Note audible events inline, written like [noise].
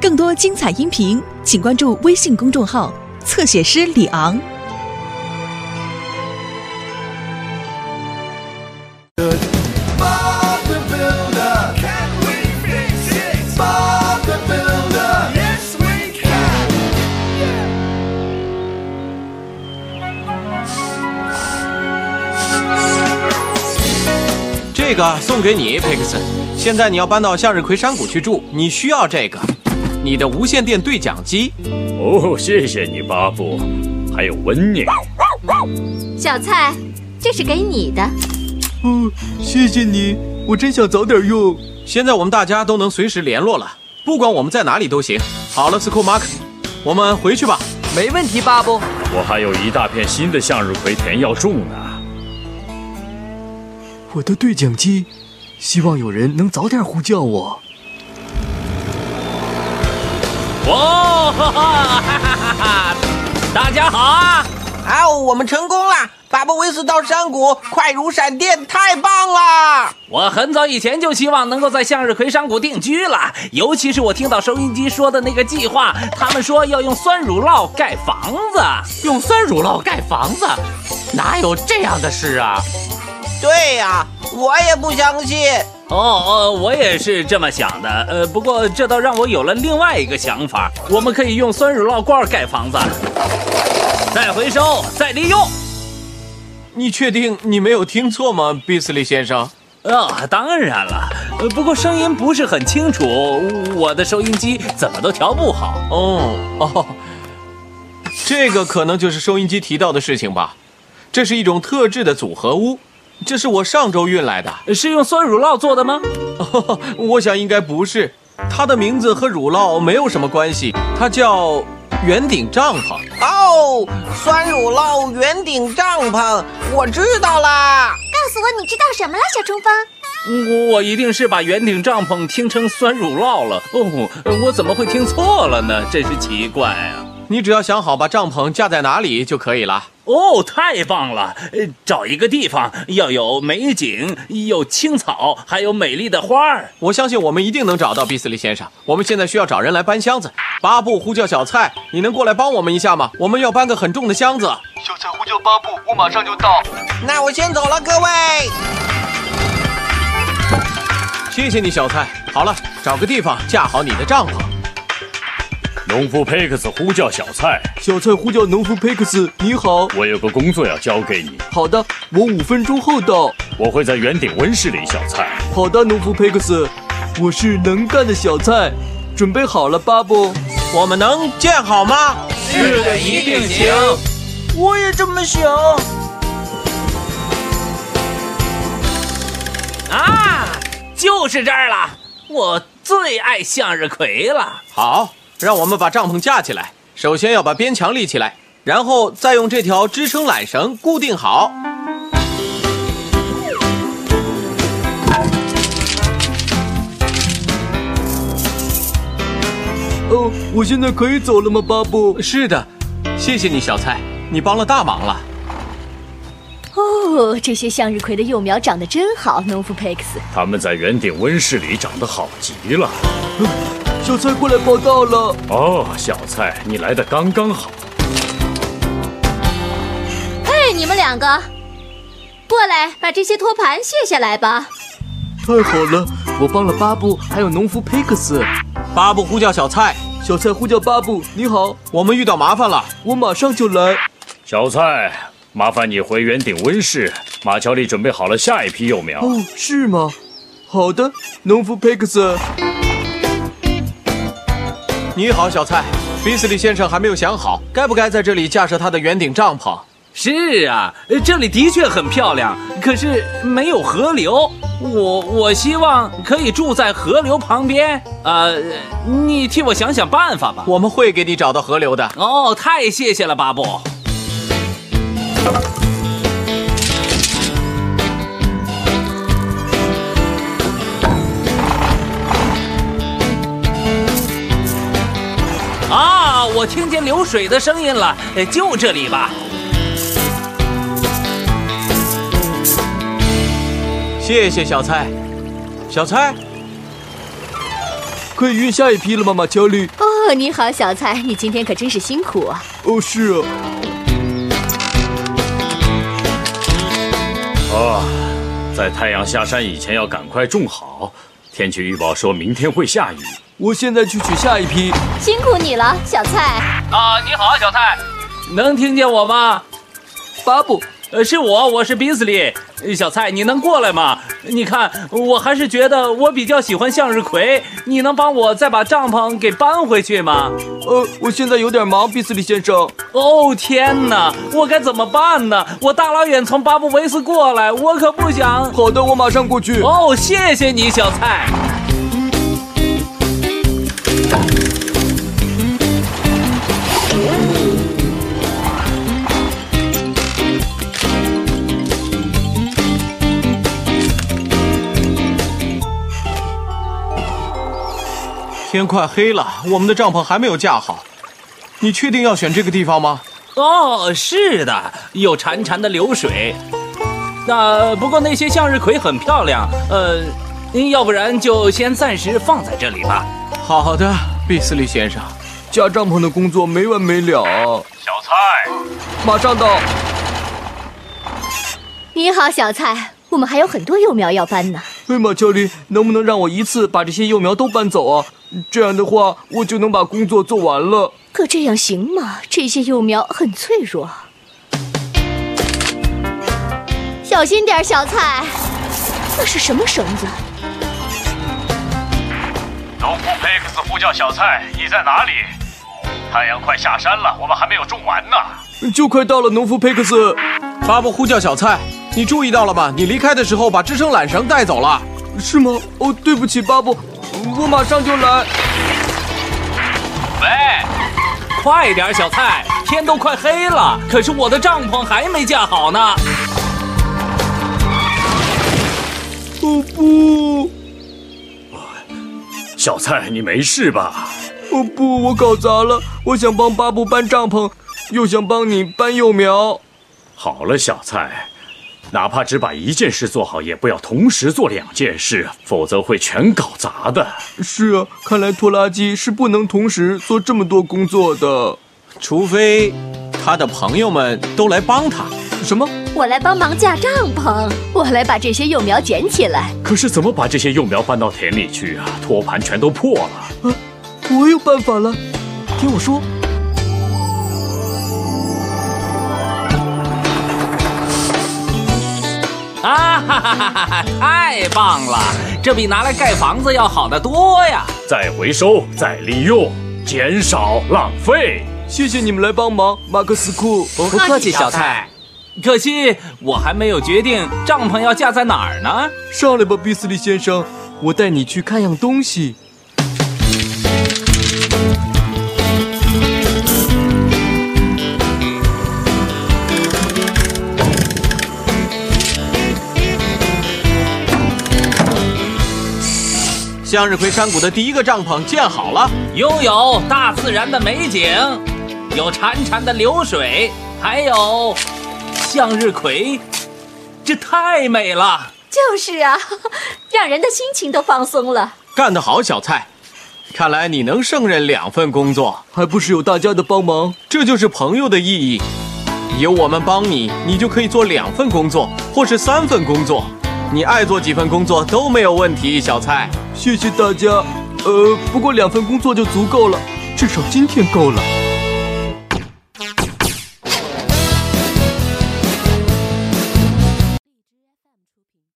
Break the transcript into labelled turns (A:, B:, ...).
A: 更多精彩音频，请关注微信公众号“侧写师李昂”。
B: Bob the Builder. Can we fix it? Bob the Builder. Yes, we can.
C: 这个送给你，Pixon。现在你要搬到向日葵山谷去住，你需要这个，你的无线电对讲机。
D: 哦，谢谢你，巴布，还有温妮。
E: 小蔡，这是给你的。
F: 哦，谢谢你，我真想早点用。
C: 现在我们大家都能随时联络了，不管我们在哪里都行。好了，School Mark，我们回去吧。
G: 没问题，巴布。
D: 我还有一大片新的向日葵田要种呢。
F: 我的对讲机，希望有人能早点呼叫我。
H: 哇哦哈哈哈哈！大家好啊！
I: 啊，我们成功啦！巴布维斯到山谷，快如闪电，太棒啦！
H: 我很早以前就希望能够在向日葵山谷定居了，尤其是我听到收音机说的那个计划，他们说要用酸乳酪盖房子。
G: 用酸乳酪盖房子，哪有这样的事啊？
I: 对呀、我也不相信。
H: 哦哦，我也是这么想的。呃，不过这倒让我有了另外一个想法，我们可以用酸乳酪罐盖房子，再回收，再利用。
C: 你确定你没有听错吗，比斯利先生？
H: 哦，当然了，呃，不过声音不是很清楚，我的收音机怎么都调不好。
C: 哦哦，这个可能就是收音机提到的事情吧。这是一种特制的组合屋，这是我上周运来的。
H: 是用酸乳酪做的吗？
C: [laughs] 我想应该不是，它的名字和乳酪没有什么关系，它叫圆顶帐篷。
I: 哦，酸乳酪圆顶帐篷，我知道啦。
E: 告诉我你知道什么了，小冲锋？
H: 我我一定是把圆顶帐篷听成酸乳酪了。哦，我怎么会听错了呢？真是奇怪啊！
C: 你只要想好把帐篷架在哪里就可以了。
H: 哦，太棒了！呃找一个地方，要有美景，有青草，还有美丽的花儿。
C: 我相信我们一定能找到比斯利先生。我们现在需要找人来搬箱子。巴布呼叫小蔡，你能过来帮我们一下吗？我们要搬个很重的箱子。
J: 小蔡呼叫巴布，我马上就到。
I: 那我先走了，各位。
C: 谢谢你，小蔡。好了，找个地方架好你的帐篷。
D: 农夫佩克斯呼叫小蔡，
F: 小蔡呼叫农夫佩克斯，你好。
D: 我有个工作要交给你，
F: 好的，我五分钟后到。
D: 我会在圆顶温室里。小蔡，
F: 好的，农夫佩克斯，我是能干的小蔡，准备好了，巴布。
C: 我们能建好吗？
H: 是的，一定行。
I: 我也这么想。
H: 啊，就是这儿了！我最爱向日葵了。
C: 好，让我们把帐篷架起来。首先要把边墙立起来，然后再用这条支撑缆绳固定好。
F: 哦，我现在可以走了吗，巴布？
C: 是的，谢谢你，小蔡，你帮了大忙了。
K: 哦，这些向日葵的幼苗长得真好，农夫佩克斯。
D: 他们在圆顶温室里长得好极了。
F: 小蔡过来报道了。
D: 哦，小蔡，你来的刚刚好。
E: 嘿，你们两个，过来把这些托盘卸下来吧。
F: 太好了，我帮了巴布，还有农夫佩克斯。
C: 巴布呼叫小蔡，
F: 小蔡呼叫巴布，你好，
C: 我们遇到麻烦了。
F: 我马上就来。
D: 小蔡，麻烦你回圆顶温室，马乔丽准备好了下一批幼苗。
F: 哦，是吗？好的，农夫佩克斯。
C: 你好，小蔡。比斯利先生还没有想好该不该在这里架设他的圆顶帐篷。
H: 是啊，呃这里的确很漂亮，可是没有河流。我我希望可以住在河流旁边。呃，你替我想想办法吧。
C: 我们会给你找到河流的。
H: 哦，太谢谢了，巴布。啊，我听见流水的声音了，呃就这里吧。
C: 谢谢小蔡。小蔡，
F: 可以运下一批了吗，马乔丽？
K: 哦，你好，小蔡，你今天可真是辛苦啊！
F: 哦，是啊。
D: 哦，在太阳下山以前要赶快种好。天气预报说明天会下雨。
F: 我现在去取下一批。
E: 辛苦你了，小蔡。
H: 啊，你好，小蔡，能听见我吗？
F: 巴布，
H: 呃，是我，我是比斯利。呃小蔡，你能过来吗？你看，我还是觉得我比较喜欢向日葵。你能帮我再把帐篷给搬回去吗？
F: 呃，我现在有点忙，比斯利先生。
H: 哦天哪，我该怎么办呢？我大老远从巴布维斯过来，我可不想。
F: 好的，我马上过去。
H: 哦，谢谢你，小蔡。
C: 天快黑了，我们的帐篷还没有架好。你确定要选这个地方吗？
H: 哦，是的，有潺潺的流水。那、不过那些向日葵很漂亮，呃，要不然就先暂时放在这里吧。
C: 好的，比斯利先生。
F: 架帐篷的工作没完没了，啊
J: 小蔡，
F: 马上到。
K: 你好，小蔡，我们还有很多幼苗要搬呢。
F: 哎，马乔丽，能不能让我一次把这些幼苗都搬走啊？这样的话，我就能把工作做完了。
K: 可这样行吗？这些幼苗很脆弱。
E: 小心点，小蔡。
K: 那是什么绳子？
J: 农夫佩克斯呼叫小蔡，你在哪里？太阳快下山了，我们还没有种完呢。
F: 就快到了，农夫佩克斯。
C: 巴布呼叫小蔡，你注意到了吗？你离开的时候把支撑缆绳带走了。
F: 是吗？哦，对不起，巴布，我马上就来。
H: 喂，快点，小蔡，天都快黑了，可是我的帐篷还没架好呢。
F: 哦不，
D: 小蔡，你没事吧？
F: 哦不，我搞砸了。我想帮巴布搬帐篷，又想帮你搬幼苗。
D: 好了，小蔡，哪怕只把一件事做好，也不要同时做两件事，否则会全搞砸的。
F: 是啊，看来拖拉机是不能同时做这么多工作的。
C: 除非他的朋友们都来帮他。
F: 什么？
E: 我来帮忙架帐篷。
K: 我来把这些幼苗捡起来。
D: 可是怎么把这些幼苗搬到田里去啊？托盘全都破了。
F: 我有办法了，听我说。
H: 啊哈哈哈哈！哈！太棒了，这比拿来盖房子要好得多呀！
D: 再回收、再利用，减少浪费。
F: 谢谢你们来帮忙，马克思库。
H: 不客气，小蔡。可惜我还没有决定帐篷要架在哪儿呢。
F: 上来吧，比斯利先生，我带你去看样东西。
C: 向日葵山谷的第一个帐篷建好了。
H: 拥有大自然的美景，有潺潺的流水，还有向日葵，这太美了。
E: 就是啊， [laughs] 让人的心情都放松了。
C: 干得好，小蔡！看来你能胜任两份工作，
F: 还不是有大家的帮忙。
C: 这就是朋友的意义。有我们帮你，你就可以做两份工作，或是三份工作，你爱做几份工作都没有问题，小蔡。
F: 谢谢大家。呃，不过两份工作就足够了，至少今天够了。